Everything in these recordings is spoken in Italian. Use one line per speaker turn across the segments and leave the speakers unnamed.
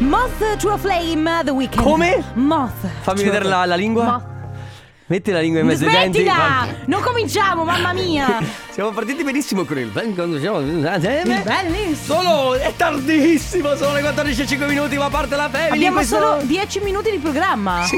Moth to a Flame The Weeknd
Come?
Moth
Fammi
to a
vedere la- la lingua.
Moth.
Metti la lingua in mezzo ai denti.
Smettila
Vai.
Non cominciamo mamma mia
Siamo partiti benissimo con il Bellissimo
Bellissimo
Solo è tardissimo, sono le 14.05 minuti, ma parte la family
Abbiamo
questo-
solo 10 minuti di programma
Sì.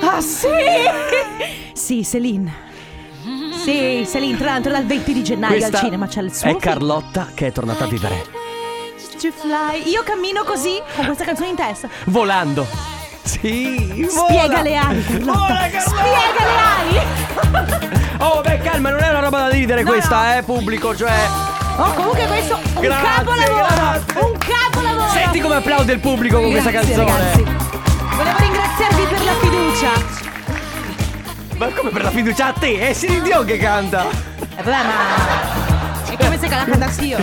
Ah sì Sì Celine Sì Celine tra l'altro dal 20 di gennaio
Questa
al cinema c'è il suo
È Carlotta che è tornata a vivere.
film, To Fly Io cammino così con questa canzone in testa
Volando. Sì. vola.
Spiega le ali
Vola,
Carlotta
Carlotta.
Spiega le ali
Oh, beh, calma, non è una roba da ridere
No,
questa, eh, pubblico, cioè.
Oh comunque questo è un
Grazie,
capolavoro
grazie.
Un capolavoro
Senti come applaude il pubblico con questa
Grazie,
canzone.
ragazzi. Volevo ringraziarvi per la fiducia.
Ma come per la fiducia a te? È Siri Dio che canta.
E vabbè, ma. È come se la cantassi io.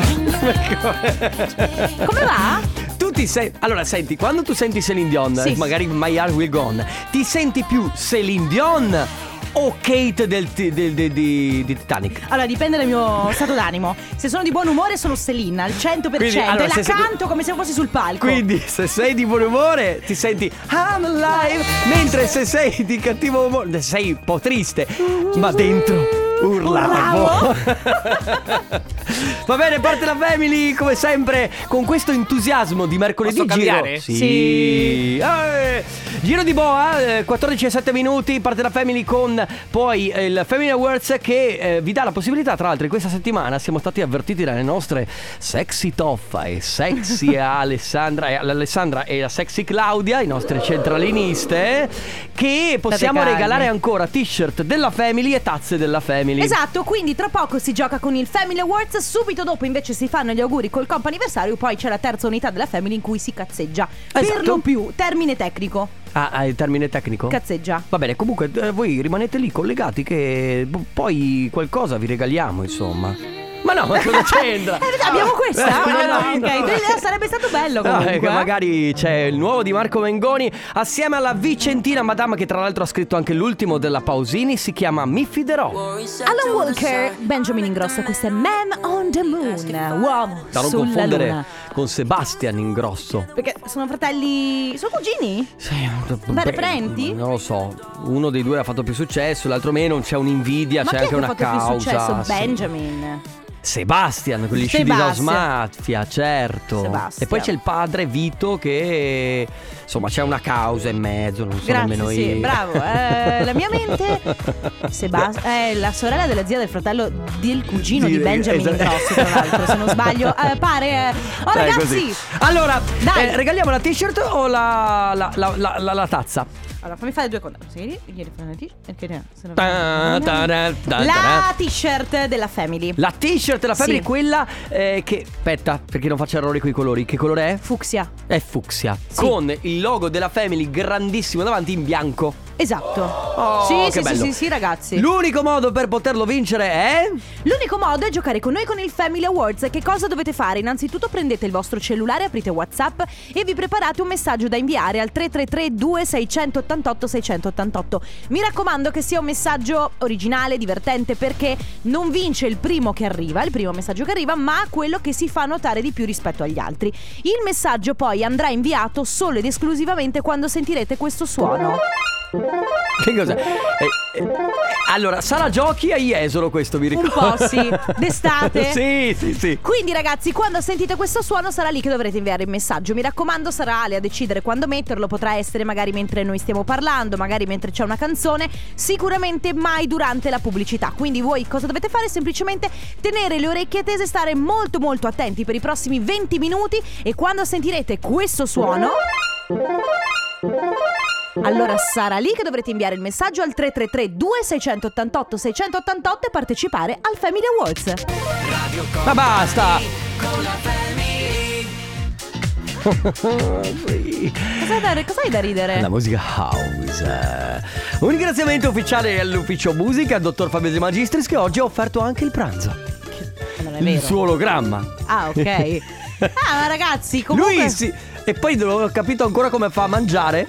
Come va?
Tu ti sei. Allora, senti, quando tu senti Celine Dion,
Sì.
eh, magari My Heart Will Gone, ti senti più Celine Dion o Kate del, ti- del- de- di, di Titanic?
Allora, dipende dal mio stato d'animo. Se sono di buon umore, sono Selina al 100%.
Quindi, allora,
e la
se- se-
canto come se fossi sul palco.
Quindi, se sei di buon umore, ti senti I'm alive. Mentre se sei di cattivo umore, sei un po' triste, ma dentro urlavo.
Urlavo.
Va bene, parte la family come sempre con questo entusiasmo di mercoledì
Posso
giro.
cambiare?
Sì.
Sì.
Eh, giro di boa, eh, 14 e 7 minuti, parte la family con poi eh, il Family Awards che eh, vi dà la possibilità, tra l'altro, in questa settimana siamo stati avvertiti dalle nostre sexy Toffa e sexy Alessandra e l'Alessandra e la sexy Claudia, i nostre centraliniste che possiamo
calmi.
regalare ancora t-shirt della family e tazze della family.
Esatto, quindi tra poco si gioca con il Family Awards, subito dopo invece si fanno gli auguri col comp anniversario, poi c'è la terza unità della Family in cui si cazzeggia. Per
Esatto.
lo più, termine tecnico,
Ah, ah, il termine tecnico?
cazzeggia.
Va bene, comunque eh, voi rimanete lì collegati che boh, poi qualcosa vi regaliamo, insomma. Ma no, ma cosa c'entra?
Eh, abbiamo questa?
Eh, no,
Ah,
no,
ok.
no.
Eh, Sarebbe stato bello
No,
comunque.
eh, che magari c'è il nuovo di Marco Mengoni assieme alla Vicentina Madama che tra l'altro ha scritto anche l'ultimo della Pausini, si chiama Mi fiderò.
Alan Walker, Benjamin Ingrosso, questo è Man on the Moon, uomo
Da non
sulla
confondere
luna.
con Sebastian Ingrosso.
Perché sono fratelli, sono cugini?
Sì,
Beh,
beh,
parenti?
Non lo so, uno dei due ha fatto più successo, l'altro meno, c'è un'invidia,
Ma
c'è
chi è che
anche
ha
una
fatto
causa.
più successo?
sì.
Benjamin.
Sebastian, con gli sci di House
Sebastian.
Mafia, certo.
Sebastian.
E poi c'è il padre Vito che insomma c'è una causa in mezzo, non so nemmeno
Grazie,
io.
sì, bravo. Eh, la mia mente Sebas- è la sorella della zia del fratello del cugino di
Dire-
Benjamin
esatto.
Ingrosso, tra l'altro, se non sbaglio. Eh, pare. eh. Oh,
Dai,
ragazzi!
così. Allora,
Dai.
eh, regaliamo la t-shirt o la, la- la- la- la- la tazza?
Allora, fammi fare due conti. Sì, ieri fai una t-shirt, perché ne- se no-
Ta- ta- ta- ta-
La t-shirt della Family.
La t-shirt, la febbre
Sì.
quella eh, che... Aspetta, perché non faccio errori con i colori. Che colore è?
Fucsia.
È fucsia. Con il logo della Family grandissimo davanti in bianco.
Esatto.
Oh,
sì,
che
sì, sì,
bello.
sì, sì, ragazzi.
L'unico modo per poterlo vincere è...
L'unico modo è giocare con noi con il Family Awards. Che cosa dovete fare? Innanzitutto prendete il vostro cellulare, aprite WhatsApp e vi preparate un messaggio da inviare al 333 2688 688. Mi raccomando che sia un messaggio originale, divertente, perché non vince il primo che arriva, il primo messaggio che arriva, ma quello che si fa notare di più rispetto agli altri. Il messaggio poi andrà inviato solo ed esclusivamente quando sentirete questo suono.
Che cos'è? Eh, eh, allora, sala giochi a Jesolo questo, mi
Un
ricordo.
po' sì, d'estate.
sì, sì, sì.
Quindi ragazzi, quando sentite questo suono sarà lì che dovrete inviare il messaggio. Mi raccomando, sarà Ale a decidere quando metterlo, potrà essere magari mentre noi stiamo parlando, magari mentre c'è una canzone, sicuramente mai durante la pubblicità. Quindi voi cosa dovete fare? Semplicemente tenere le orecchie tese, stare molto molto attenti per i prossimi 20 minuti e quando sentirete questo suono... Allora sarà lì che dovrete inviare il messaggio al 333 2688 688 e partecipare al Family Awards.
Ma basta. Sì.
Cosa hai da, cosa hai da ridere?
La musica house. sorpresa. Un ringraziamento ufficiale all'ufficio musica, al dottor Fabio De Magistris, che oggi ha offerto anche il pranzo.
Non è
Il
vero.
suo ologramma.
Ah, ok. Ah, ma ragazzi, comunque
Lui sì. E poi non ho capito ancora come fa a mangiare.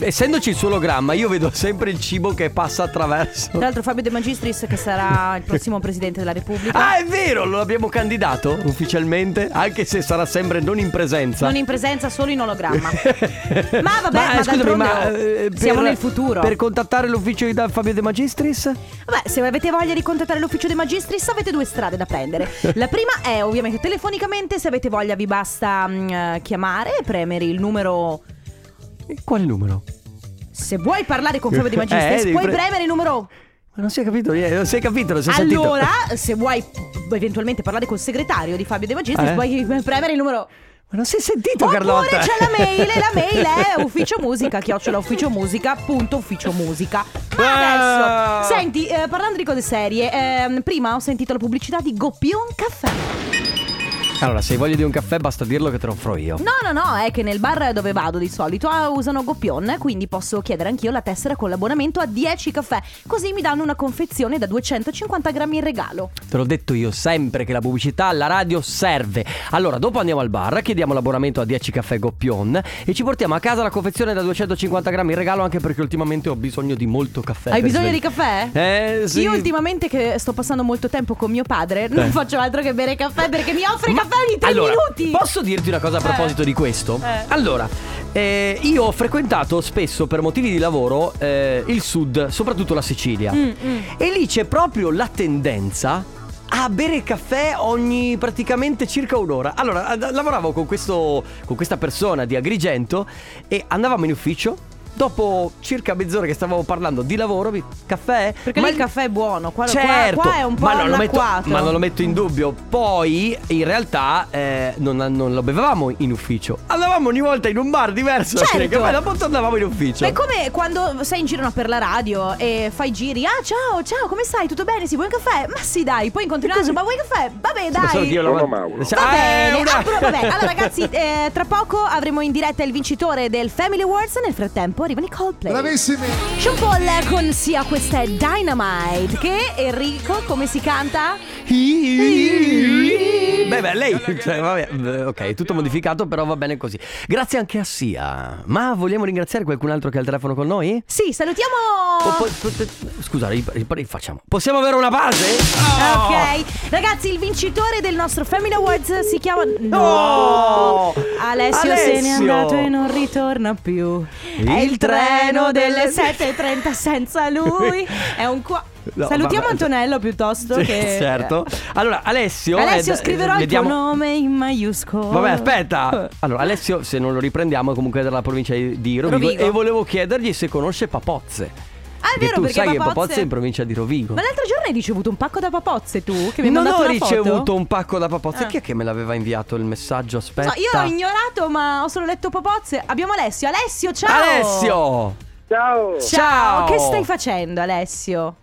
Essendoci il suo ologramma, io vedo sempre il cibo che passa attraverso.
Tra l'altro Fabio De Magistris che sarà il prossimo presidente della Repubblica.
Ah, è vero, lo abbiamo candidato ufficialmente, anche se sarà sempre non in presenza.
Non in presenza, solo in ologramma. Ma vabbè, ma
scusami,
d'altronde, oh,
ma, eh, per-
siamo nel futuro.
Per contattare l'ufficio di Dan Fabio De Magistris?
Vabbè, se avete voglia di contattare l'ufficio dei magistris avete due strade da prendere. La prima è ovviamente telefonicamente, se avete voglia vi basta mm, eh, chiamare e premere il numero...
E Quale numero?
Se vuoi parlare con Fabio De
Eh,
Magistris
devi
puoi
pre-
premere il numero...
Ma non si è capito niente, non si è capito, non si è sentito.
Allora, se vuoi p- eventualmente parlare col segretario di Fabio De Magistris
Eh?
puoi premere il numero...
Ma non si è sentito
Oppure
Carlotta.
c'è la mail e la mail è ufficio musica chiocciola ufficio musica punto ufficio musica. Ma
Ah!
adesso, senti, eh, parlando di cose serie, ehm, prima ho sentito la pubblicità di Goppion Caffè.
Allora, se hai voglia di un caffè basta dirlo che te lo offro io.
No, no, no, è che nel bar dove vado di solito ah, usano Goppion, quindi posso chiedere anch'io la tessera con l'abbonamento a 10 caffè, così mi danno una confezione da 250 grammi in regalo.
Te l'ho detto io sempre che la pubblicità alla radio serve. Allora, dopo andiamo al bar, chiediamo l'abbonamento a 10 caffè Goppion e ci portiamo a casa la confezione da 250 grammi in regalo anche perché ultimamente ho bisogno di molto caffè.
Hai
per
bisogno di
svegli-
caffè?
Eh, sì.
Io ultimamente che sto passando molto tempo con mio padre, non
Eh.
faccio altro che bere caffè perché mi offre caffè ogni 3
allora,
minuti.
Posso dirti una cosa a proposito di questo?
Eh.
Allora, eh, io ho frequentato spesso per motivi di lavoro eh, il sud, soprattutto la Sicilia.
Mm, mm.
E lì c'è proprio la tendenza a bere caffè ogni praticamente circa un'ora. Allora, ad- lavoravo con, questo, con questa persona di Agrigento e andavamo in ufficio. Dopo circa mezz'ora che stavamo parlando di lavoro, mi- caffè.
Perché lì il caffè è buono, qua- qua-
certo,
qua è un po'
ma non, lo metto,
anacquato.
ma non lo metto in dubbio. Poi, in realtà, eh, non, non lo bevevamo in ufficio. Andavamo ogni volta in un bar diverso.
Certo.
Perché poi dopo andavamo in ufficio.
Ma È come quando sei in giro no, per la radio e fai giri. Ah, ciao, ciao, come stai? Tutto bene? Sì, vuoi un caffè? Ma sì, dai. Poi incontri un altro. Ma vuoi un caffè? Vabbè,
Ma solo
dai.
che io
Sono
la-
Mauro.
Va
Eh,
bene.
una-
Ah, però vabbè. Allora, ragazzi, eh, tra poco avremo in diretta il vincitore del Family Awards. Nel frattempo arrivano i Coldplay.
Bravissimi!
Sean Paul con sia questa è Dynamite. Che Enrico, come si canta?
Beh, beh, lei. cioè, vabbè, eh, ok, tutto modificato, però va bene così. Grazie anche a Sia. Ma vogliamo ringraziare qualcun altro che ha il telefono con noi?
Sì, salutiamo.
O po- pot- Scusa, ri- ri- rifacciamo. Possiamo avere una base? Oh!
Ok, ragazzi, il vincitore del nostro Family Awards si chiama.
No!
Alessio, se n'è
Alessio!
andato e non ritorna più. È il treno delle 7.30 senza lui. È un qua.
No,
Salutiamo
vabbè.
Antonello piuttosto
Sì,
che.
Certo. Allora, Alessio.
Alessio,
eh, d-
scriverò il tuo
vediamo-
nome in maiuscolo.
Vabbè, aspetta. Allora, Alessio, se non lo riprendiamo, è comunque dalla provincia di di Rovigo.
Rovigo.
E volevo chiedergli se conosce Papozze.
Ah, è
Che
vero,
tu
perché
sai che
Papozze-
Papozze è in provincia di Rovigo.
Ma l'altro giorno hai ricevuto un pacco da papozze tu? Che mi hai
non
mandato
ho
una
ricevuto
foto?
un pacco da papozze.
Ah.
Chi è che me l'aveva inviato il messaggio? Aspetta.
No, io l'ho ignorato, ma ho solo letto papozze. Abbiamo Alessio. Alessio, ciao!
Alessio!
Ciao,
Ciao,
Ciao.
che stai facendo Alessio?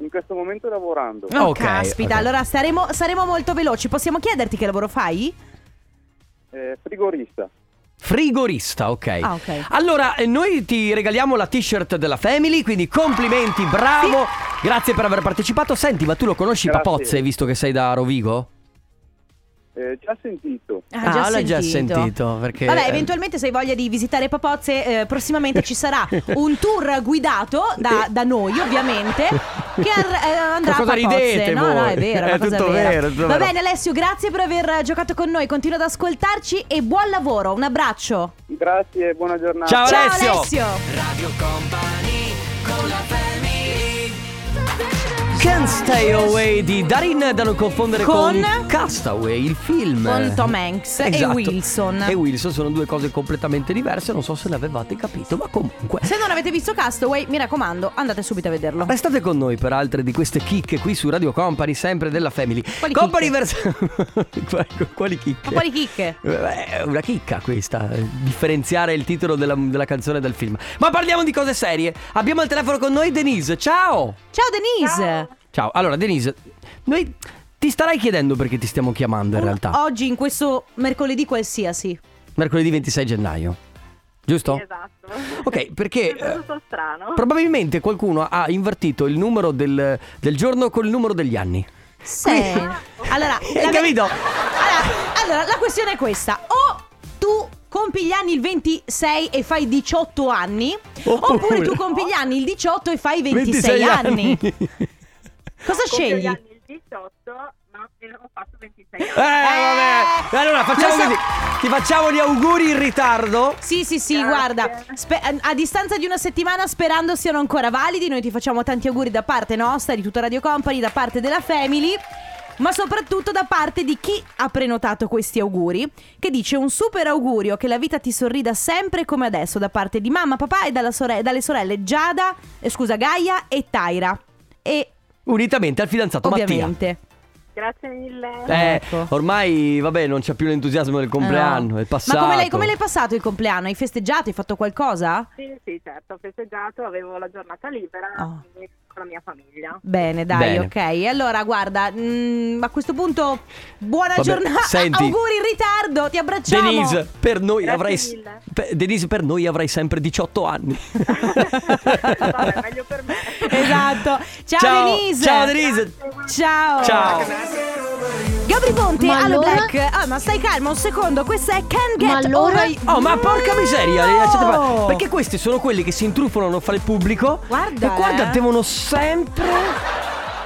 in questo momento lavorando.
Oh,
Ok,
caspita,
ok.
allora saremo, saremo molto veloci. Possiamo chiederti che lavoro fai?
Eh, frigorista.
Frigorista, ok.
Ah, ok.
Allora, eh, noi ti regaliamo la t-shirt della Family, quindi complimenti, bravo. Grazie per aver partecipato. Senti, ma tu lo conosci
Grazie.
Papozze, visto che sei da Rovigo?
Eh, già sentito.
Ah, l'ho già sentito, perché-
Vabbè, eventualmente se hai voglia di visitare Papozze, eh, prossimamente ci sarà un tour guidato da, da noi, ovviamente, che ar- eh, andrà
Ma cosa
a Papozze.
ridete
no,
voi?
no, è vero,
È
una cosa
tutto
vera.
vero, è tutto
Va
vero.
bene Alessio, grazie per aver eh, giocato con noi, continua ad ascoltarci e buon lavoro, un abbraccio.
Grazie e buona giornata.
Ciao,
Ciao
Alessio.
Alessio.
Can't Stay Away di Darin, da non confondere con,
Con-
Castaway, il film.
Con Tom Hanks e
Esatto.
Wilson.
E Wilson sono due cose completamente diverse, non so se ne avevate capito, ma comunque.
Se non avete visto Castaway, mi raccomando, andate subito a vederlo.
Restate con noi per altre di queste chicche qui su Radio Company, sempre della Family.
Quali
Company vers- Quali- Quali chicche?
Ma quali chicche?
Beh, È una chicca questa, eh, differenziare il titolo della, della canzone dal film. Ma parliamo di cose serie. Abbiamo al telefono con noi Denise. Ciao!
Ciao Denise!
Ciao, allora Denise, noi ti starai chiedendo perché ti stiamo chiamando in realtà.
Oggi in questo mercoledì qualsiasi.
Mercoledì 26 gennaio. giusto?
Sì, esatto.
Ok, perché eh,
Mi è venuto strano.
probabilmente qualcuno ha invertito il numero del, del giorno col numero degli anni.
Sì. Allora, la
Hai
ve-
capito?
Allora, allora, la questione è questa. O tu compi gli anni il 26 e fai 18 anni,
Oppure-
oppure, tu compi gli anni il 18 e fai 26, anni. Cosa
Compio gli
scegli?
anni il 18, ma eh, ho fatto 26
Eh,
anni.
vabbè. Allora, facciamo
Eh. Lo so.
così. Ti facciamo gli auguri in ritardo.
Sì, sì, sì,
Grazie.
guarda, spe- ehm, a- a distanza di una settimana sperando siano ancora validi, noi ti facciamo tanti auguri da parte nostra, di tutta Radio Company, da parte della Family, ma soprattutto da parte di chi ha prenotato questi auguri, che dice un super augurio che la vita ti sorrida sempre come adesso da parte di mamma, papà e dalla sore- dalle sorelle Giada, eh, scusa, Gaia e Taira. E
Unitamente al fidanzato Mattia.
ovviamente...
Grazie mille.
Eh,
Ecco.
ormai, vabbè, non c'è più l'entusiasmo del compleanno,
Eh no.
è passato.
Ma come l'hai, come l'hai passato il compleanno? Hai festeggiato? Hai fatto qualcosa?
Sì, sì, certo, ho festeggiato, avevo la giornata libera
Oh.
quindi con la mia famiglia.
Bene, dai,
Bene.
ok. Allora, guarda, mm, a questo punto, buona
Vabbè,
giornata.
senti.
auguri in ritardo, ti abbracciamo.
Denise, per noi
Grazie
avrai
mille.
per- Denise, per noi avrai sempre 18 anni.
Vabbè, meglio per me.
Esatto. Ciao,
Ciao,
Denise.
ciao, Denise.
Ciao.
Ciao.
Gabri Ponte,
Ma
Allo
allora?
Black. Ah, ma stai calma un secondo, questa è Can Get
Ma allora?
Over-
Oh, ma porca miseria, li lasciate
No.
fare. Perché questi sono quelli che si intruffolano fra il pubblico.
Guarda,
E guarda,
eh.
devono sempre.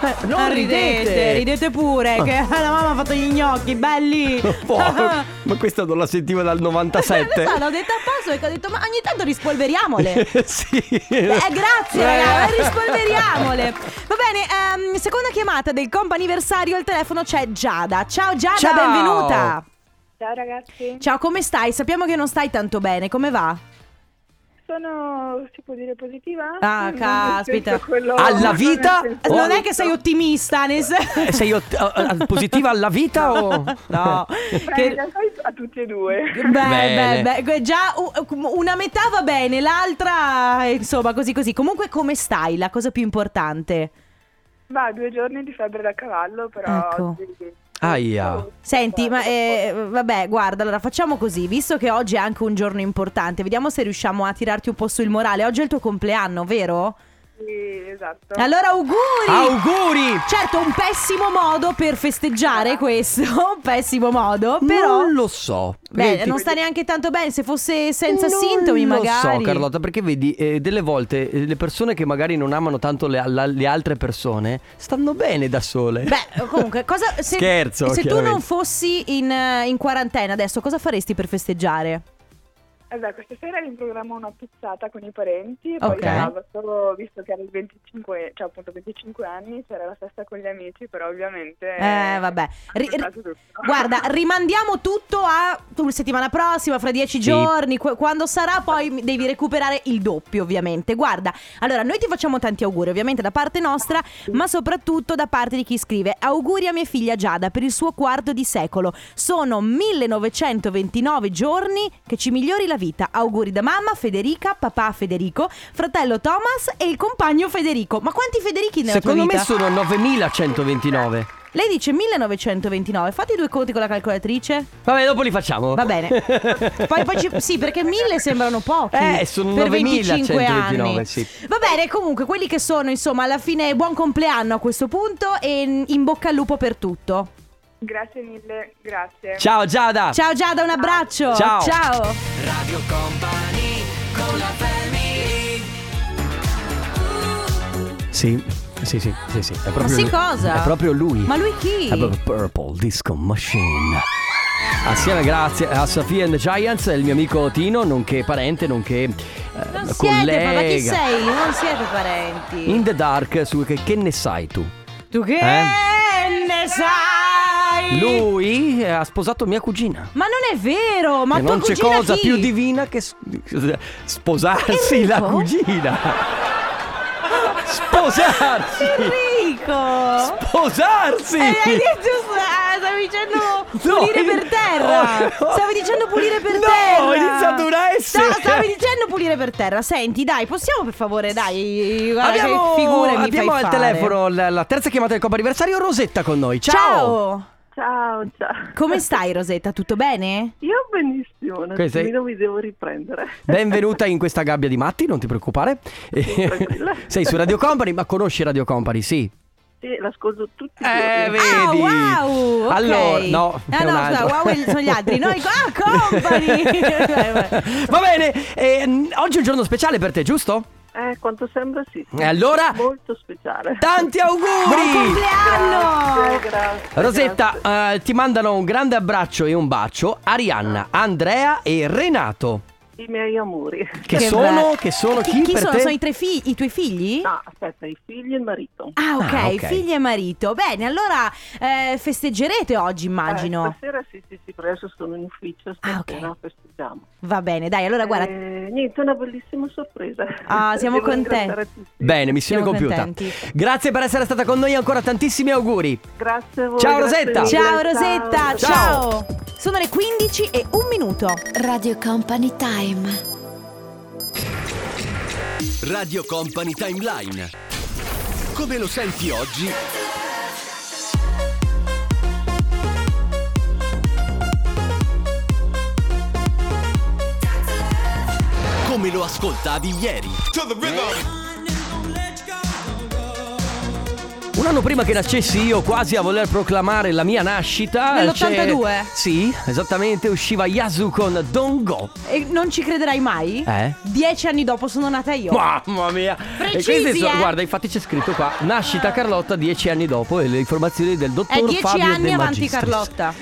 Eh,
Ah, ridete, ridete pure che
Ah.
la mamma ha fatto gli gnocchi, belli.
Boh, ma questa non la sentivo dal 97.
Lo so, l'ho detto apposta perché ho detto ma ogni tanto rispolveriamole.
sì.
Eh, grazie,
Eh.
ragazzi, rispolveriamole. Va bene, ehm, seconda chiamata del comp'anniversario al telefono c'è Giada. Ciao Giada,
Ciao.
benvenuta.
Ciao ragazzi.
Ciao, come stai? Sappiamo che non stai tanto bene, come va?
Sono, si può dire positiva?
Ah,
Mm,
caspita. Ah,
nel senso quello-
Alla
nel
vita?
senso-
Oh.
Eh, Non è che sei ottimista, nel senso...
Eh, Sei ott- eh, eh, positiva alla vita o
No,
Beh, in
che...
realtà a tutti e due.
Beh,
Bene.
beh, beh, già u- una metà va bene, l'altra eh, insomma così così. Comunque come stai? La cosa più importante.
Ma due giorni di febbre da cavallo, però...
Ecco.
sì.
Aia.
Senti, ma eh, vabbè, guarda, allora facciamo così, visto che oggi è anche un giorno importante, vediamo se riusciamo a tirarti un po' sul morale. Oggi è il tuo compleanno, vero?
Sì, esatto.
Allora auguri!
Auguri!
Certo, un pessimo modo per festeggiare questo, un pessimo modo, però...
Non lo so.
Beh,
Vedi-
non sta neanche tanto bene se fosse senza
Non
sintomi magari.
Lo so, Carlotta, perché vedi, eh, delle volte eh, le persone che magari non amano tanto le, la- le altre persone stanno bene da sole.
Beh, comunque, cosa, se,
Scherzo,
se tu
chiaramente.
non fossi in, eh, in quarantena adesso, cosa faresti per festeggiare?
Allora, Eh questa sera ero in programma una pizzata con i parenti, e
Ok.
poi sabato, visto che era il 25, cioè appunto 25 anni, c'era la festa con gli amici, però ovviamente...
Eh, vabbè. Ri- ri- guarda, rimandiamo tutto a tu- settimana prossima, fra dieci giorni, qu- quando sarà, poi mi- devi recuperare il doppio, ovviamente. Guarda, allora, noi ti facciamo tanti auguri, ovviamente da parte nostra, ma soprattutto da parte di chi scrive auguri a mia figlia Giada per il suo quarto di secolo. Sono 1929 giorni che ci migliori la vita. Auguri da mamma Federica, papà Federico, fratello Thomas e il compagno Federico. Ma quanti Federichi nella
Secondo
tua
me
vita?
sono 9129.
Lei dice 1929, fate i due conti con la calcolatrice.
Vabbè, dopo li facciamo.
Va bene. Poi, poi ci- sì, perché 1000 sembrano pochi.
Eh, sono
per 25
9129,
anni.
sì.
Va bene, comunque, quelli che sono, insomma, alla fine buon compleanno a questo punto e in bocca al lupo per tutto.
Grazie mille, grazie.
Ciao Giada.
Ciao Giada, un abbraccio.
Ciao.
Ciao.
Sì, sì, sì, sì, sì. È proprio
Ma sì
lui.
cosa?
È proprio lui.
Ma lui chi?
È proprio Purple Disco Machine. Assieme grazie a Sofia and the Giants e il mio amico Tino, nonché parente, nonché eh,
Non siete,
collega.
ma chi sei? Non siete parenti.
In the dark su che, che ne sai tu?
Tu che
Eh?
ne sai?
Lui eh, ha sposato mia cugina.
Ma non è vero, ma
e
tua
non c'è
cugina
cosa
chi?
più divina che s- sposarsi la
Enrico?
cugina. Sposarsi!
Enrico!
Sposarsi!
Eh, hai detto, ah, stavi dicendo
No,
pulire
io-
per terra.
Oh, no.
Stavi dicendo pulire per
No,
terra.
ho iniziato una S.
Sta- stavi dicendo pulire per terra. Senti, dai, possiamo per favore, dai. guarda
Abbiamo,
che figure mi
abbiamo
fai
al
fare.
telefono la, la terza chiamata del Coppa Anniversario Rosetta con noi. Ciao!
Ciao.
Ciao, ciao.
Come stai Rosetta? Tutto bene?
Io benissimo, un
Questa è-
attimino mi devo riprendere.
Benvenuta in questa gabbia di matti, non ti preoccupare.
tranquilla.
Sei su Radio Company, ma conosci Radio Company, sì.
Sì, l'ascolto tutti i
Eh,
giorni.
Ah,
Vedi.
wow! ok.
Allora, no,
Ah,
è un
no,
altro.
scusa, wow è- sono gli altri. Noi, ah, company!
Va bene, eh, n- oggi è un giorno speciale per te, giusto?
Eh, quanto sembra sì.
E allora-
Molto speciale.
Tanti
Buon
auguri!
compleanno!
Grazie, grazie,
Rosetta,
grazie.
eh, ti mandano un grande abbraccio e un bacio Arianna, Andrea e Renato.
I miei amori.
Che,
Che
sono,
bra-
che sono
Chi,
chi,
chi
per
sono?
te?
Sono i, tre figli, i tuoi figli?
No, aspetta, i figli e il marito.
Ah ok,
Ah, ok.
figli e marito. Bene, allora eh, festeggerete oggi,
Eh,
immagino.
stasera sì, sì, sì, per adesso sono in ufficio,
Ah, ok.
stasera festeggiamo.
Va bene, dai, allora guarda.
Eh, niente, una bellissima sorpresa.
Ah, siamo
Devo
contenti.
ringraziare tutti.
Bene, missione
Siamo
compiuta.
contenti.
Grazie per essere stata con noi, ancora tantissimi auguri.
Grazie a voi.
Ciao,
grazie
Rosetta.
mille,
Ciao Rosetta, ciao.
Ciao.
Sono le 15 e un minuto.
Radio Company Time.
Radio Company Timeline. Come lo senti oggi? Come lo ascoltavi ieri?
Un anno prima che nascessi io, quasi a voler proclamare la mia nascita.
Nell'82?
c'è- Sì, esattamente, usciva Yasu con Don't Go.
E non ci crederai mai?
Eh?
Dieci anni dopo sono nata io.
Mamma mia!
Precisi,
e queste sono-
eh?
Guarda, infatti c'è scritto qua: Nascita Carlotta dieci anni dopo e le informazioni del dottor
È
Fabio
Eh, dieci
De
anni avanti
Magistris.
Carlotta.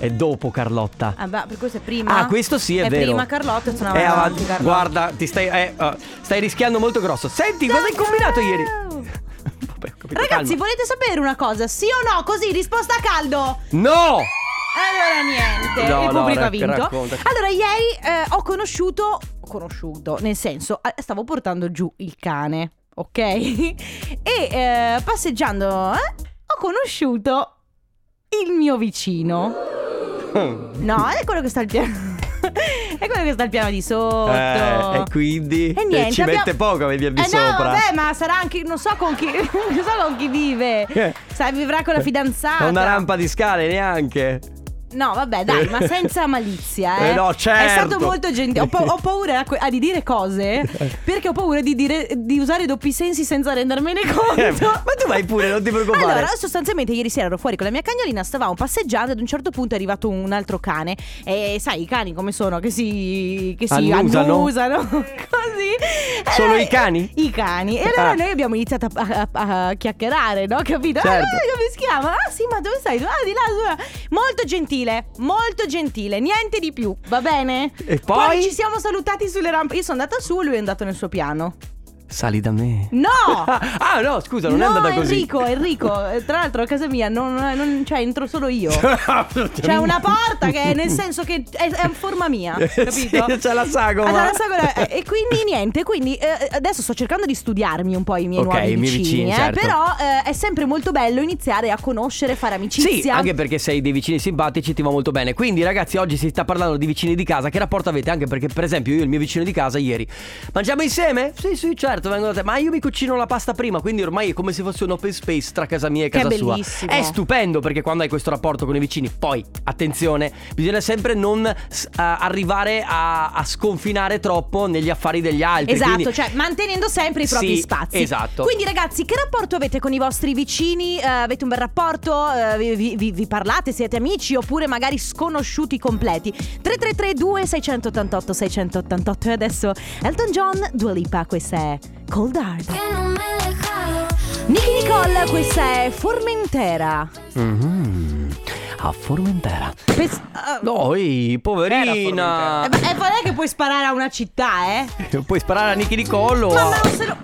È dopo Carlotta.
Ah, beh, per questo è prima.
Ah, questo sì, è, vero.
prima Carlotta e sono
È
avanti,
avanti.
Carlotta.
Guarda, ti stai, eh, eh, stai rischiando molto grosso. Senti, cosa hai combinato ieri? Vabbè, ho capito,
Ragazzi,
calma.
volete sapere una cosa? Sì o no? Così, risposta a caldo.
No!
Allora niente,
No,
il
no,
pubblico
rac-
ha vinto.
racconta.
Allora ieri eh, ho conosciuto, ho conosciuto, nel senso eh, stavo portando giù il cane, ok? e eh, passeggiando eh, ho conosciuto il mio vicino. No, è quello che sta al piano. è quello che sta al piano di sotto.
Eh, e quindi
E niente,
Eh, ci
abbiamo-
mette poco a venirvi
Eh No,
sopra.
vabbè, ma sarà anche. Non so con chi. non so con chi vive.
Eh.
Sai, vivrà con la fidanzata.
Una rampa di scale neanche.
No, vabbè, dai, ma senza malizia, eh.
Eh no, certo. Eh.
È stato molto gentile. Ho, pa- ho paura a que- a di dire cose perché ho paura di, dire- di usare i doppi sensi senza rendermene conto.
Eh, ma tu vai pure, non ti preoccupare.
Allora, sostanzialmente ieri sera ero fuori con la mia cagnolina, stavamo passeggiando ad un certo punto è arrivato un altro cane e sai i cani come sono che si che si
Annusano.
annusano, così. E
Sono
allora-
i cani?
I cani. E allora
Ah.
noi abbiamo iniziato a, a- a chiacchierare, no? Capito?
Certo.
Ah, come si chiama? Ah, sì, ma dove stai? Tu? Ah, di là, di là. Molto gentile, molto gentile, niente di più, va bene?
E poi?
ci siamo salutati sulle rampe. Io sono andata su, lui è andato nel suo piano.
Sali da me.
No!
Ah, ah, no, scusa, non
no,
è andata così.
Enrico, Enrico, eh, tra l'altro a casa mia non, non- cioè, entro solo io. C'è una porta che è nel senso che è, è in forma mia,
Eh,
capito?
sì, c'è la sagoma.
Ah, c'è la sagoma, eh, E quindi niente, quindi eh, adesso sto cercando di studiarmi un po' i miei
Ok,
nuovi
i miei vicini,
eh,
certo.
però eh, è sempre molto bello iniziare a conoscere, fare amicizia.
Sì, anche perché sei dei vicini simpatici, ti va molto bene. Quindi, ragazzi, oggi si sta parlando di vicini di casa. Che rapporto avete? Anche perché, per esempio, io e il mio vicino di casa ieri mangiamo insieme? Sì, sì, certo, vengo da te. Ma io mi cucino la pasta prima, quindi ormai è come se fosse un open space tra casa mia e
Che
casa sua.
bellissimo.
È stupendo perché quando hai questo rapporto con i vicini, poi, attenzione, bisogna sempre non s- a- arrivare a, a sconfinare troppo negli affari degli altri.
Esatto,
quindi-
cioè mantenendo sempre i propri
Sì,
spazi.
esatto.
Quindi ragazzi, che rapporto avete con i vostri vicini? Eh, avete un bel rapporto? Eh, vi- vi, vi- vi parlate? Siete amici oppure magari sconosciuti completi? 3332 688 688 e adesso Elton John, Dua Lipa, questa è Cold Heart. Nicky Nicole, questa è Formentera.
Mhm. A Formentera.
Pes- ah,
Noi, poverina.
eh, ma- eh, ma non è che puoi sparare a una città, eh?
Puoi sparare a Nicky di collo.
Ma-
o
ma
a-
non se lo-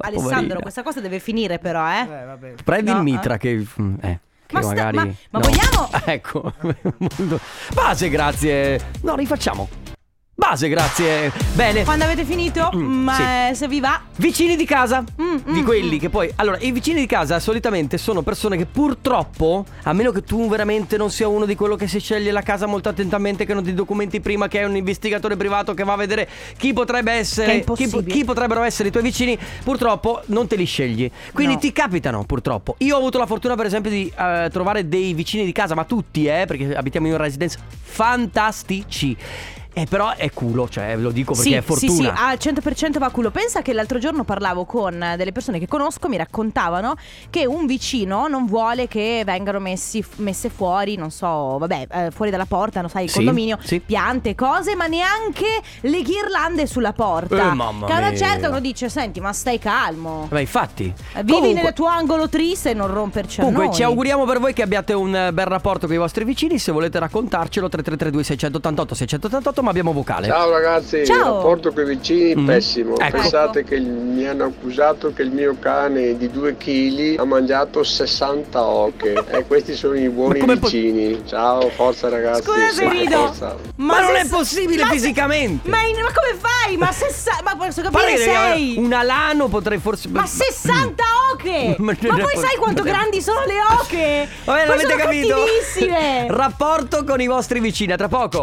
Alessandro,
Poverina.
questa cosa deve finire però, eh?
Prendi
No,
il
eh.
mitra che, mm, eh, che
Ma sta-
magari...
ma- ma vogliamo-
Ecco. Molto- Base, grazie. No, rifacciamo. Base, grazie. Bene.
Quando avete finito,
Mm,
ma
sì.
eh, se vi va,
Vicini di casa,
Mm,
di
mm,
quelli
mm.
che poi. Allora, i vicini di casa solitamente sono persone che purtroppo, a meno che tu veramente non sia uno di quello che si sceglie la casa molto attentamente, che non ti documenti prima, che è un investigatore privato che va a vedere chi potrebbe
Che è
essere. Chi,
impossibile.
chi potrebbero essere i tuoi vicini, purtroppo non te li scegli. Quindi
No.
ti capitano, purtroppo. Io ho avuto la fortuna, per esempio, di eh, trovare dei vicini di casa, ma tutti, eh, perché abitiamo in una residenza fantastici. Eh, però è culo, cioè, ve lo dico perché
sì,
è fortuna.
Sì, sì, al 100% va a culo. Pensa che l'altro giorno parlavo con eh, delle persone che conosco, mi raccontavano che un vicino non vuole che vengano messi, messe fuori, non so, vabbè, eh, fuori dalla porta, non sai, il
Sì,
condominio,
sì.
piante, cose, ma neanche le ghirlande sulla porta.
Eh, mamma
che a una
mia.
certa uno dice, senti, ma stai calmo. Eh,
Ma infatti,
Vivi
comunque-
nel tuo angolo triste e non romperci a
Comunque
noi.
ci auguriamo per voi che abbiate un eh, bel rapporto con i vostri vicini, se volete raccontarcelo 3332 688 688 ma abbiamo vocale.
Ciao ragazzi,
Ciao.
il rapporto con i vicini è
Mm.
pessimo.
Ecco.
Pensate che il- mi hanno accusato che il mio cane di 2 kg ha mangiato 60 oche. e questi sono i buoni
Ma come po-
vicini. Ciao, forza ragazzi.
Scusa se
sempre
rido.
forza.
Ma non
se-
è possibile
ma se-
fisicamente.
Ma, in- ma come fai? Ma se sa- ma posso capire
Pare che
sei
un alano potrei forse
Ma 60 oche!
Ma
Ma
non
poi
è
sai
possibile.
quanto grandi sono le oche?
Vabbè,
poi
l'avete
sono
capito?
cattivissime!
Rapporto con i vostri vicini, a tra poco.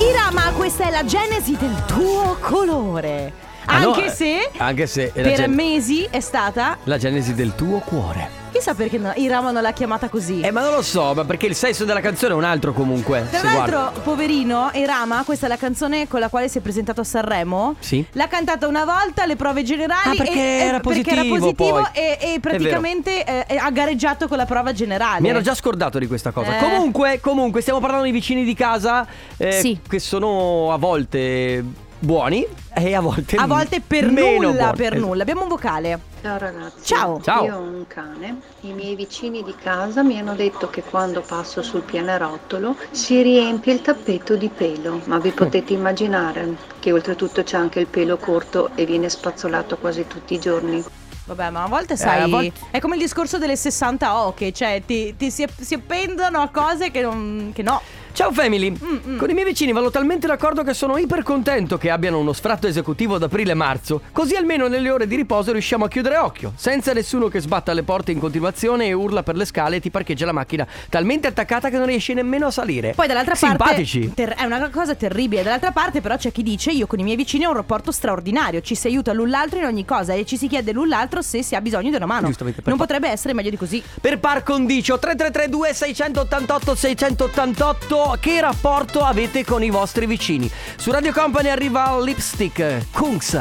Ira, ma questa è la genesi del tuo colore.
Ah, no,
anche
eh,
se
anche se è la
per
gen-
mesi è stata
La genesi del tuo cuore.
chissà perché no, Irama non l'ha chiamata così.
Eh ma non lo so, ma perché il senso della canzone è un altro comunque.
Tra
se
l'altro,
guardo.
poverino, Irama, questa è la canzone con la quale si è presentato a Sanremo.
Sì.
L'ha cantata una volta alle prove generali.
Ah, perché
e- e-
era
perché era
positivo,
positivo
poi.
e, e
È
praticamente eh, ha gareggiato con la prova generale.
Mi ero già scordato di questa cosa.
Eh.
Comunque, comunque, stiamo parlando di vicini di casa eh,
Sì.
che sono a volte buoni e a volte
A volte per
meno
nulla,
buoni.
per
Esatto.
nulla. Abbiamo un vocale.
Esatto.
Ciao ragazzi.
Ciao.
Ciao.
Io ho un cane. I miei vicini di casa mi hanno detto che quando passo sul pianerottolo si riempie il tappeto di pelo, ma vi potete immaginare che oltretutto c'è anche il pelo corto e viene spazzolato quasi tutti i giorni.
Vabbè, ma a volte
Eh, a
sai.
volte-
È come il discorso delle 60 oche, cioè ti, ti si, si appendono a cose che, non, che no.
Ciao family.
Mm, mm.
Con i miei vicini vado talmente d'accordo che sono iper contento che abbiano uno sfratto esecutivo ad aprile e marzo, così almeno nelle ore di riposo riusciamo a chiudere occhio, senza nessuno che sbatta le porte in continuazione e urla per le scale e ti parcheggia la macchina talmente attaccata che non riesci nemmeno a salire.
Poi dall'altra
Simpatici.
parte ter- è una cosa terribile. Dall'altra parte però c'è chi dice io con i miei vicini ho un rapporto straordinario, ci si aiuta l'un l'altro in ogni cosa e ci si chiede l'un l'altro se si ha bisogno di una mano.
Giustamente, per
non
fa-
potrebbe essere meglio di così.
per par condicio 3332 688 688 che rapporto avete con i vostri vicini su Radio Company arriva Lipstick eh, Kungs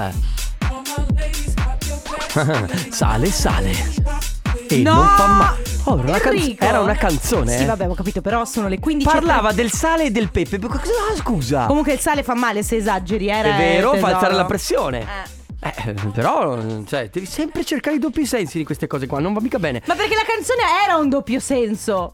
sale sale e
No!
non fa male Oh, era, una canz-
Enrico!
era una canzone
Sì,
eh.
vabbè, ho capito, però sono le 15.
parlava del sale e del pepe Co- cosa- ah, scusa
Comunque il sale fa male se esageri, era
è vero fa
tesoro.
alzare la pressione
Eh.
Eh, però cioè, devi sempre cercare i doppi sensi di queste cose qua non va mica bene
Ma perché la canzone era un doppio senso.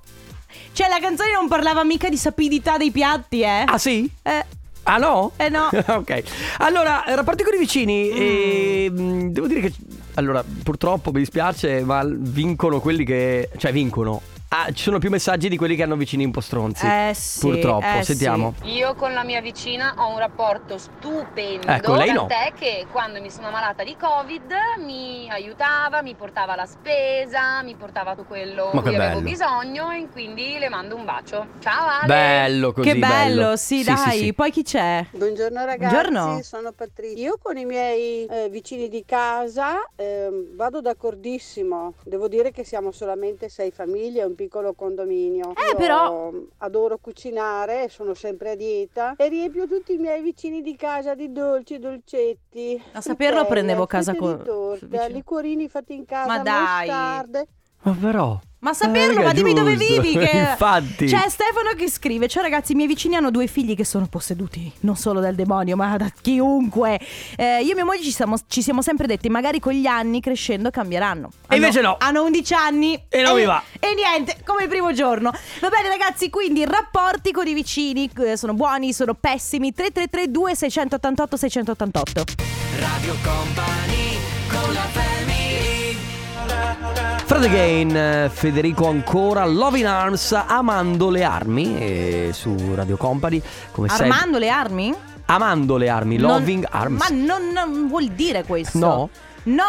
Cioè, la canzone non parlava mica di sapidità dei piatti, eh.
ah sì?
Eh,
Ah no?
Eh, no.
ok. Allora, eh, rapporti con i vicini.
Mm.
eh, mh, devo dire che... Allora, purtroppo mi dispiace, ma vincono quelli che... Cioè, vincono. Ah, ci sono più messaggi di quelli che hanno vicini un po' stronzi.
Eh, sì,
Purtroppo,
eh,
sentiamo.
Io con la mia vicina ho un rapporto stupendo.
Ecco, lei no.
Tant'è che quando mi sono malata di Covid mi aiutava, mi portava la spesa, mi portava tutto quello
Ma
di
che
cui avevo
bello.
bisogno e quindi le mando un bacio. Ciao Ale!
Bello così.
che bello, sì, dai.
sì.
Poi chi c'è?
Buongiorno ragazzi,
Buongiorno.
sono Patrizia. Io con i miei eh, vicini di casa ehm, vado d'accordissimo. Devo dire che siamo solamente sei famiglie, è un piccolo condominio.
Eh,
Io,
però-
mm, adoro cucinare, sono sempre a dieta e riempio tutti i miei vicini di casa di dolci, dolcetti.
A saperlo
frittelle,
prendevo casa
fette di
con-
torta,
vicino.
liquorini fatti in casa,
Ma dai.
mostarde.
Ma però...
Ma saperlo,
raga,
ma dimmi dove
Eh, giusto.
vivi. Che...
Infatti.
C'è Stefano che scrive: Ciao ragazzi, i miei vicini hanno due figli che sono posseduti non solo dal demonio, ma da chiunque. Eh, io e mia moglie ci siamo, ci siamo sempre detti: magari con gli anni crescendo cambieranno.
E invece no.
Hanno 11 anni
E non mi va.
E niente, come il primo giorno. Va bene, ragazzi, quindi rapporti con i vicini eh, sono buoni, sono pessimi. 3332 688 688.
Radio Company con la family.
Fred Again, eh, Federico ancora, Love in Arms, Amando le armi eh, su Radio Company. Come sai-
Armando le armi?
Amando le armi,
Non-
Loving Arms.
Ma non, non vuol dire questo.
No?
No.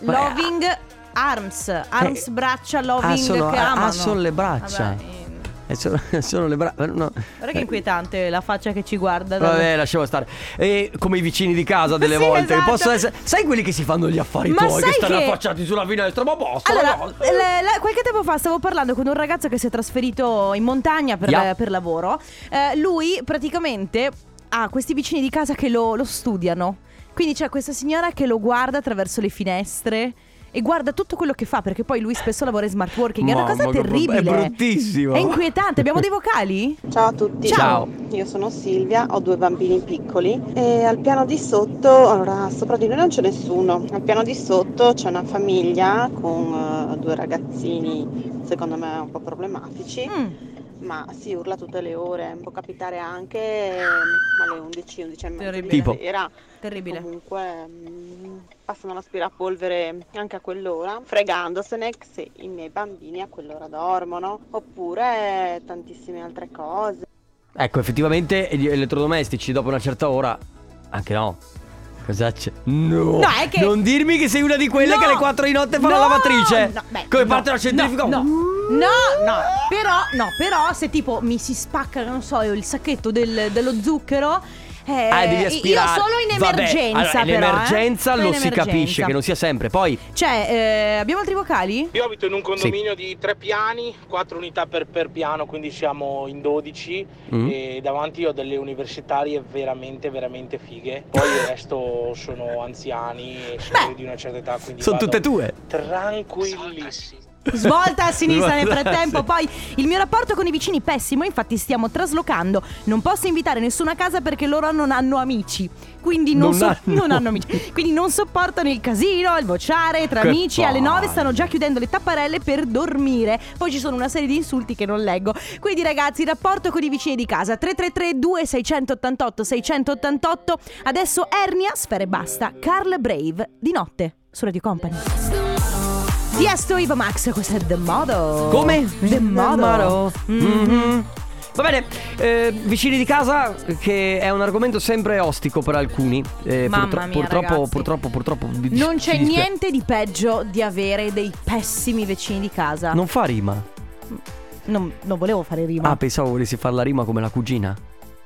Beh, ah.
loving arms. Arms
eh,
braccia, loving
ah, sono,
che
ah,
amano.
sono le braccia.
Vabbè, eh,
Eh, sono, sono le braccia. No.
guarda che inquietante la faccia che ci guarda. da-
Vabbè, lasciamo stare. E come i vicini di casa delle
Sì,
volte. che
esatto.
possono essere- Sai quelli che si fanno gli affari
Ma
tuoi, che
sai
stanno
che-
affacciati sulla finestra, ma basta.
Allora,
ma no.
le- la- qualche tempo fa stavo parlando con un ragazzo che si è trasferito in montagna per,
Yeah.
per lavoro. Eh, lui praticamente ha questi vicini di casa che lo, lo studiano. Quindi c'è questa signora che lo guarda attraverso le finestre e guarda tutto quello che fa perché poi lui spesso lavora in smart working. È una
Mamma,
cosa
che-
terribile.
È bruttissimo.
È inquietante. Abbiamo dei vocali?
Ciao a tutti.
Ciao.
Io sono Silvia, ho due bambini piccoli e al piano di sotto, allora sopra di noi non c'è nessuno, al piano di sotto c'è una famiglia con eh, due ragazzini secondo me un po' problematici,
Mm.
ma si urla tutte le ore, può capitare anche ehm, alle 11, 11 e mezza di
Terribile. Tipo.
sera.
Terribile.
Comunque mm, passano l'aspirapolvere anche a quell'ora, fregandosene se i miei bambini a quell'ora dormono, oppure tantissime altre cose.
Ecco, effettivamente gli elettrodomestici dopo una certa ora. Anche no. Cosa c'è? No.
No, è che-
Non dirmi che sei una di quelle
No.
che alle 4 di notte fa la
No.
lavatrice.
No, beh,
Come
no,
parte la scientifica?
No, no. No, no, però, no, però se tipo mi si spacca, non so, il sacchetto del- dello zucchero. eh,
Ah, devi
io
aspirare.
solo in
Vabbè,
emergenza,
allora, in
però. eh.
emergenza
Solo
lo
in
si
emergenza.
capisce che non sia sempre. Poi
Cioè, eh, abbiamo altri vocali?
Io abito in un condominio di tre piani, quattro unità per, per piano, quindi siamo in 12
Mm.
e davanti ho delle universitarie veramente, veramente fighe. Poi il resto sono anziani e sono di una certa età, quindi
sono
vado
tutte tue.
Tranquillissimo.
Svolta a sinistra nel
Svolta,
frattempo.
sì.
Poi il mio rapporto con i vicini è pessimo, infatti stiamo traslocando. Non posso invitare nessuno a casa perché loro non hanno amici. Quindi non,
Non
so-
hanno.
non hanno amici. Quindi non sopportano il casino, il vociare tra
Che
amici. Alle
palle.
9 stanno già chiudendo le tapparelle per dormire. Poi ci sono una serie di insulti che non leggo. Quindi ragazzi, il rapporto con i vicini di casa 333 2688 688. Adesso Ernia, sfere basta. Carl Brave di notte su Radio Company. Tiesto Iva Max, questo è The Modo.
Come?
The Modo. Mm-hmm.
Mhm. Va bene, eh, vicini di casa, che è un argomento sempre ostico per alcuni. eh,
Mamma
purtro-
mia,
purtroppo,
ragazzi.
purtroppo, purtroppo, mi dis-
Non c'è
ci dispiace.
niente di peggio di avere dei pessimi vicini di casa.
Non fa rima.
Non, non volevo fare rima.
Ah, pensavo volessi fare la rima come la cugina.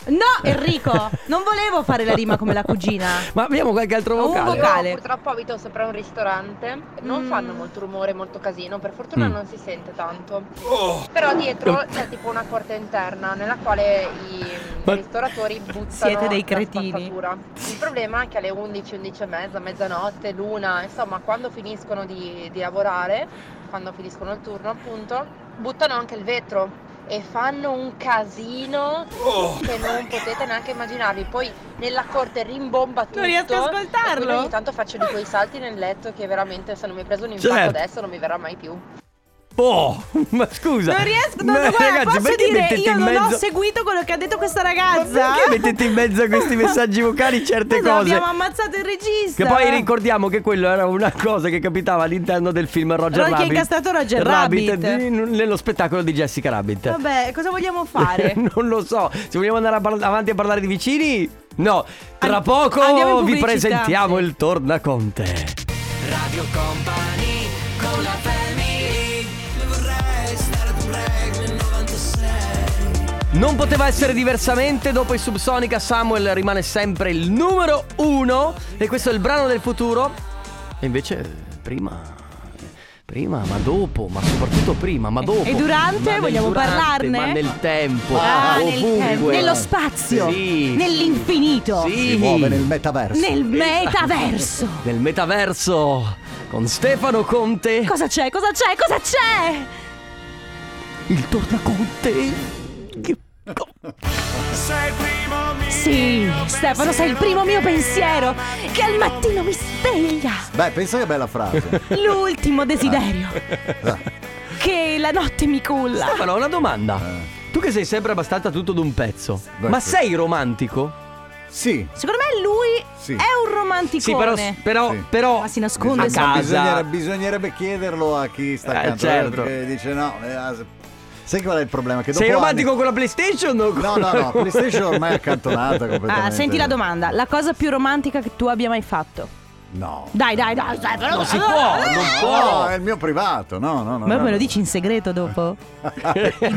No, Enrico, non volevo fare la rima come la cugina.
Ma abbiamo qualche altro
Un
vocale?
vocale. Mm.
Io purtroppo abito sopra un ristorante, non fanno molto rumore, molto casino, per fortuna
Mm.
non si sente tanto. Però dietro c'è tipo una porta interna nella quale i
Ma-
ristoratori buttano
Siete dei
la
cretini.
spazzatura. Il problema è che alle 11, 11 e mezza, mezzanotte, l'una, insomma, quando finiscono di, di lavorare, quando finiscono il turno appunto, buttano anche il vetro. E fanno un casino che non potete neanche immaginarvi. Poi nella corte rimbomba tutto.
Non riesco a ascoltarlo.
e quindi ogni tanto faccio di quei salti nel letto che veramente se non mi hai preso un impatto
Certo.
adesso non mi verrà mai più.
Oh, ma scusa.
Non riesco, non,
Ma
guarda, posso
perché
dire,
mettete
io
in
non
mezzo...
ho seguito quello che ha detto questa ragazza.
Perché mettete in mezzo a questi messaggi vocali certe
Cosa,
cose?
Abbiamo ammazzato il regista.
Che poi ricordiamo che quello era una cosa che capitava all'interno del film Roger
Rocky ha
Rabbit.
incastrato Roger Rabbit.
di- nello spettacolo di Jessica Rabbit.
Vabbè, cosa vogliamo fare?
non lo so. Se vogliamo andare a parla- avanti a parlare di vicini, no. Tra
An- andiamo
poco
in
vi
pubblicità.
presentiamo il Tornaconte.
Radio Company con la family. Vorrei stare ad un break nel 96.
Non poteva essere diversamente, dopo il Subsonica Samuel rimane sempre il numero uno e questo è il brano del futuro. E invece eh, prima, prima, ma dopo, ma soprattutto prima, ma dopo.
e durante?
Ma nel
Vogliamo
durante,
parlarne?
Ma nel tempo,
Ah, nel tempo,
ovunque.
nello spazio,
Sì.
nell'infinito,
Sì.
metaverso.
nel metaverso.
Nel metaverso con Stefano Conte.
Cosa c'è? Cosa c'è? Cosa c'è?
Il tornaconte.
Sei primo mio.
Sì, Stefano, sei il primo mio pensiero che al mattino mi sveglia.
Beh, pensa che bella frase.
Ah.
L'ultimo desiderio
Eh.
Eh,
che la notte mi culla.
Stefano, ho una domanda.
Eh.
Tu che sei sempre abbastanza tutto d'un pezzo, ma sei romantico?
Sì.
Secondo me lui
Sì.
È un romanticone.
Sì, però, però, però
Ma si nasconde
a
sotto.
casa.
Bisognerebbe, bisognerebbe chiederlo a chi sta
Eh,
accanto
certo.
perché dice no. eh, ah, sai qual è il problema? Che dopo
Sei romantico
anni-
con la PlayStation o con...
No, no, no, PlayStation ormai è accantonata completamente.
Ah, senti la domanda. La cosa più romantica che tu abbia mai fatto?
No.
Dai, dai, dai, dai però...
Non si può, non può. è il mio privato, no, no, no.
Ma
no.
me lo dici in segreto dopo?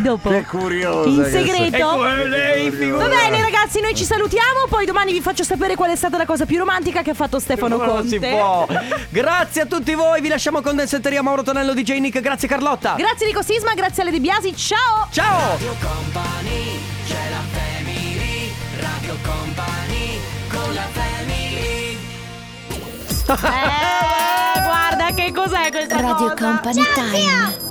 dopo.
Che curioso.
In segreto? Ecco, eh,
lei,
Va bene ragazzi, noi ci salutiamo, poi domani vi faccio sapere qual è stata la cosa più romantica che ha fatto Stefano
Ma
Conte.
non si può. Grazie a tutti voi, vi lasciamo con Densetteria Mauro Tonello DJ Nick, grazie Carlotta.
Grazie Nico Sisma, grazie alle De Biasi, ciao!
Ciao!
C'è la family, Radio Company, con la family.
Eh, guarda che cos'è questa
Radio
cosa!
Company Time.